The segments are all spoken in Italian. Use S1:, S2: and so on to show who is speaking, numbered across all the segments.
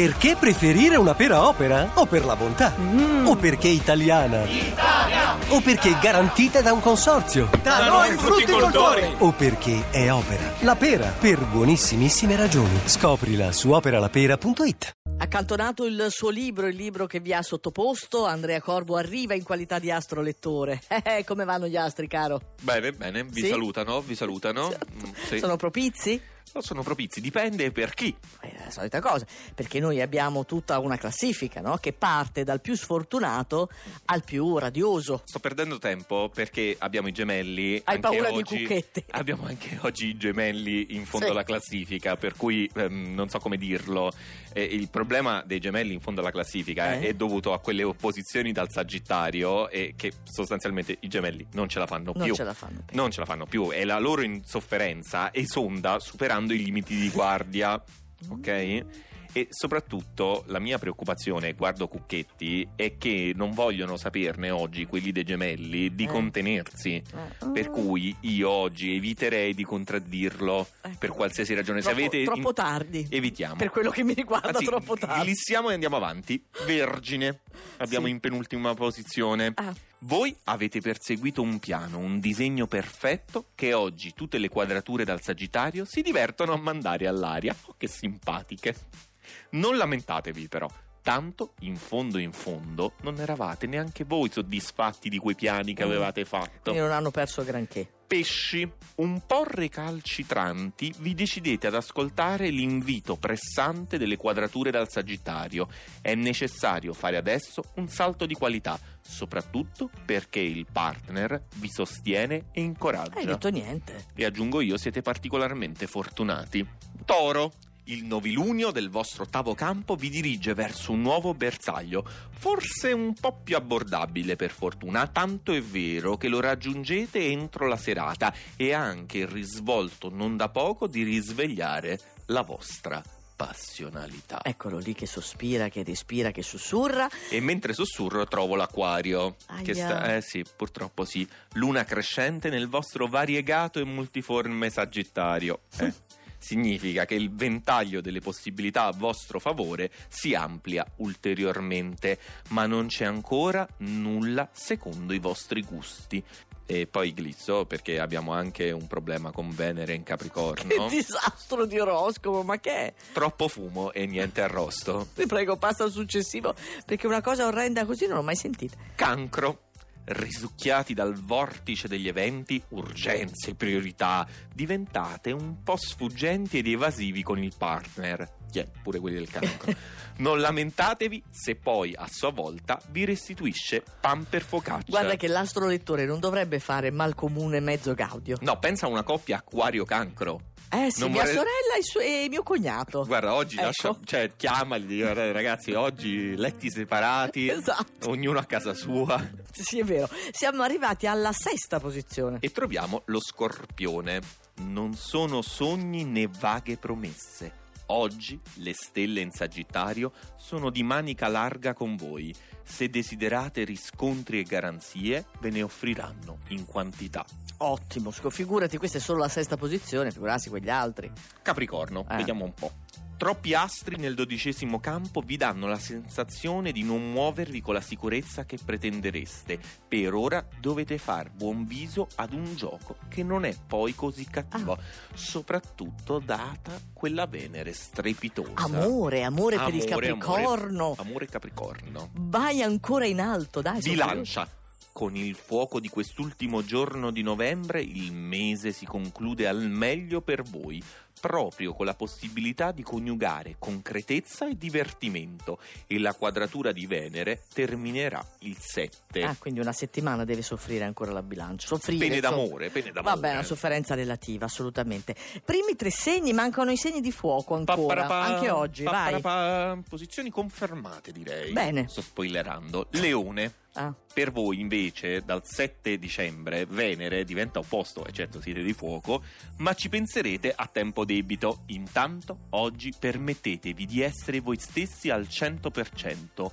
S1: Perché preferire una pera opera? O per la bontà?
S2: Mm.
S1: O perché italiana? O perché garantita da un consorzio?
S2: Da noi frutticoltori!
S1: O perché è opera? La pera, per buonissimissime ragioni. Scoprila su operalapera.it
S3: Accantonato il suo libro, il libro che vi ha sottoposto, Andrea Corvo arriva in qualità di astrolettore. Eh, come vanno gli astri, caro?
S2: Bene, bene, vi
S3: Sì? Certo.
S2: salutano, vi salutano. Mm, sì.
S3: Sono propizi?
S2: No, sono propizi, dipende per chi.
S3: È la solita cosa, perché noi abbiamo tutta una classifica no? che parte dal più sfortunato al più radioso.
S2: Sto perdendo tempo perché abbiamo i gemelli.
S3: Hai
S2: anche
S3: paura di
S2: oggi-
S3: cucchette.
S2: Abbiamo anche oggi i gemelli in fondo
S3: Sì.
S2: alla classifica, per cui ehm, non so come dirlo. Eh, il problema dei gemelli in fondo alla classifica
S3: Eh?
S2: è dovuto a quelle opposizioni dal Sagittario e che sostanzialmente i gemelli non ce la fanno
S3: Non
S2: più.
S3: ce la fanno più.
S2: Non ce la fanno più e la loro insofferenza esonda superando i limiti di guardia, ok? E soprattutto la mia preoccupazione, guardo Cucchetti, è che non vogliono saperne oggi quelli dei gemelli di
S3: Eh.
S2: contenersi.
S3: Eh.
S2: Per cui io oggi eviterei di contraddirlo
S3: Ecco.
S2: per qualsiasi ragione.
S3: Troppo,
S2: Se avete.
S3: troppo tardi.
S2: Evitiamo.
S3: Per quello che mi riguarda,
S2: Anzi,
S3: troppo tardi.
S2: glissiamo e andiamo avanti. Vergine, abbiamo
S3: Sì.
S2: in penultima posizione.
S3: Ah.
S2: Voi avete perseguito un piano, un disegno perfetto che oggi tutte le quadrature dal Sagittario si divertono a mandare all'aria. Oh, che simpatiche. Non lamentatevi però. Tanto, in fondo in fondo, non eravate neanche voi soddisfatti di quei piani che
S3: Mm.
S2: avevate fatto
S3: Quindi non hanno perso granché.
S2: pesci, un po' recalcitranti, vi decidete ad ascoltare l'invito pressante delle quadrature dal Sagittario. È necessario fare adesso un salto di qualità, soprattutto perché il partner vi sostiene e incoraggia.
S3: Hai detto niente.
S2: E aggiungo io, siete particolarmente fortunati. Toro. Il novilunio del vostro ottavo campo vi dirige verso un nuovo bersaglio, forse un po' più abbordabile per fortuna, tanto è vero che lo raggiungete entro la serata e ha anche il risvolto non da poco di risvegliare la vostra passionalità.
S3: Eccolo lì che sospira, che respira, che sussurra.
S2: E mentre sussurro trovo l'acquario. Che
S3: Aia.
S2: sta, eh sì, purtroppo sì. Luna crescente nel vostro variegato e multiforme sagittario. Eh, Significa che il ventaglio delle possibilità a vostro favore si amplia ulteriormente, ma non c'è ancora nulla secondo i vostri gusti. E poi glizzo perché abbiamo anche un problema con Venere in
S3: Che
S2: Capricorno.
S3: disastro di oroscopo, ma che è?
S2: Troppo fumo e niente arrosto.
S3: Vi prego, passa al successivo, perché una cosa orrenda così non l'ho mai sentita.
S2: Cancro. Risucchiati dal vortice degli eventi, urgenze, priorità, diventate un po' sfuggenti ed evasivi con il partner. Chi è? pure quelli del cancro. Non lamentatevi se poi a sua volta vi restituisce pan per focaccia.
S3: Guarda che l'astrolettore non dovrebbe fare mal comune mezzo gaudio.
S2: No, pensa a una coppia acquario-cancro.
S3: Eh sì,
S2: Non
S3: mia
S2: vorrei-
S3: sorella e, suo- e mio cognato.
S2: Guarda, oggi
S3: Ecco.
S2: lascia, cioè, chiamali, dico, "Eh, ragazzi, oggi letti separati,
S3: Esatto.
S2: ognuno a casa sua.
S3: Sì, è vero. Siamo arrivati alla sesta posizione.
S2: e troviamo lo scorpione. Non sono sogni né vaghe promesse. Oggi le stelle in Sagittario sono di manica larga con voi. Se desiderate riscontri e garanzie, ve ne offriranno in quantità.
S3: Ottimo, scu- figurati, questa è solo la sesta posizione, figurarsi quegli altri.
S2: Capricorno,
S3: Eh.
S2: vediamo un po'. Troppi astri nel dodicesimo campo vi danno la sensazione di non muovervi con la sicurezza che pretendereste. Per ora dovete far buon viso ad un gioco che non è poi così cattivo,
S3: Ah.
S2: soprattutto data quella Venere strepitosa.
S3: Amore, Esatto. amore, per il
S2: Amore,
S3: Capricorno.
S2: Amore Capricorno.
S3: Vai ancora in alto, dai. sono
S2: Bilancia. Con il fuoco di quest'ultimo giorno di novembre il mese si conclude al meglio per voi, proprio con la possibilità di coniugare concretezza e divertimento e la quadratura di Venere terminerà il 7.
S3: curiosa. Ah, quindi una settimana deve soffrire ancora la bilancia. Soffrire.
S2: pene
S3: so-
S2: d'amore, pene d'amore. eh.
S3: Vabbè, è una sofferenza relativa, assolutamente. Primi tre segni, mancano i segni di fuoco ancora,
S2: Papparapà,
S3: anche oggi, vai.
S2: papparapà, Posizioni confermate direi.
S3: Bene.
S2: Sto spoilerando. Leone.
S3: Ah,
S2: Per voi invece dal 7 dicembre Venere diventa opposto, e certo siete di fuoco, ma ci penserete a tempo debito. Intanto oggi permettetevi di essere voi stessi al 100%,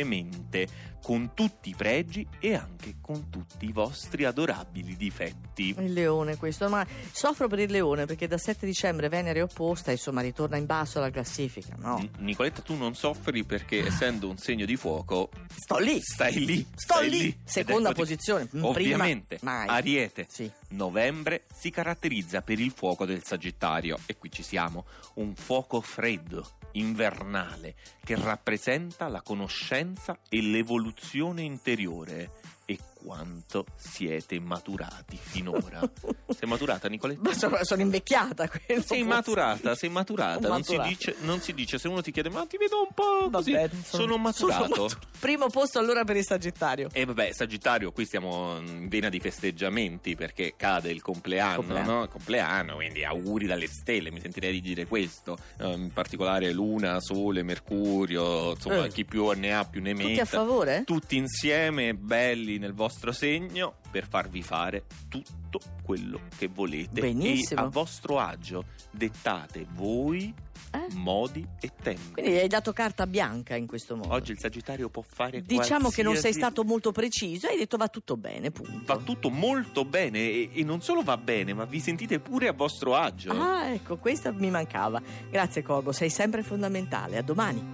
S2: impunemente, con tutti i pregi e anche con tutti i vostri adorabili difetti.
S3: Il leone questo, ma soffro per il leone perché da 7 dicembre Venere è opposta, insomma ritorna in basso alla classifica, no?
S2: N- Nicoletta, tu non soffri perché essendo un segno di fuoco,
S3: Sto lì,
S2: stai lì.
S3: sto
S2: stai
S3: lì,
S2: Ed
S3: seconda
S2: eccoti-
S3: posizione, mm,
S2: Ovviamente,
S3: prima, mai.
S2: Ariete,
S3: Sì.
S2: novembre si caratterizza per il fuoco del Sagittario, e qui ci siamo, un fuoco freddo, invernale, che rappresenta la conoscenza e l'evoluzione interiore e quanto siete maturati finora. Sei maturata, Nicoletta?
S3: Ma sono, sono invecchiata
S2: Sei
S3: quello. forse.
S2: maturata, sei maturata, non si,
S3: Maturata.
S2: dice, non si dice, se uno ti chiede ma ti vedo un po' così,
S3: Vabbè,
S2: sono, maturato.
S3: sono matu- Primo posto allora per il Sagittario.
S2: E vabbè, Sagittario, qui stiamo in vena di festeggiamenti perché cade il compleanno,
S3: Compleanno.
S2: no? Compleanno, quindi auguri dalle stelle, mi sentirei di dire questo. Eh, in particolare Luna, Sole, Mercurio, insomma,
S3: Eh.
S2: chi più ne ha più ne
S3: Tutti a
S2: metta.
S3: favore?
S2: Tutti insieme, belli nel vostro segno, per farvi fare tutto quello che volete.
S3: Benissimo.
S2: E a vostro agio dettate voi
S3: Eh?
S2: modi e tempi.
S3: Quindi hai dato carta bianca in questo modo.
S2: Oggi il Sagittario può fare
S3: Diciamo che non sei
S2: qualsiasi-
S3: stato molto preciso, hai detto va tutto bene, punto.
S2: va tutto molto bene e, e non solo va bene, ma vi sentite pure a vostro agio.
S3: Ah, ecco, questa mi mancava. Grazie Corbo, sei sempre fondamentale. A domani.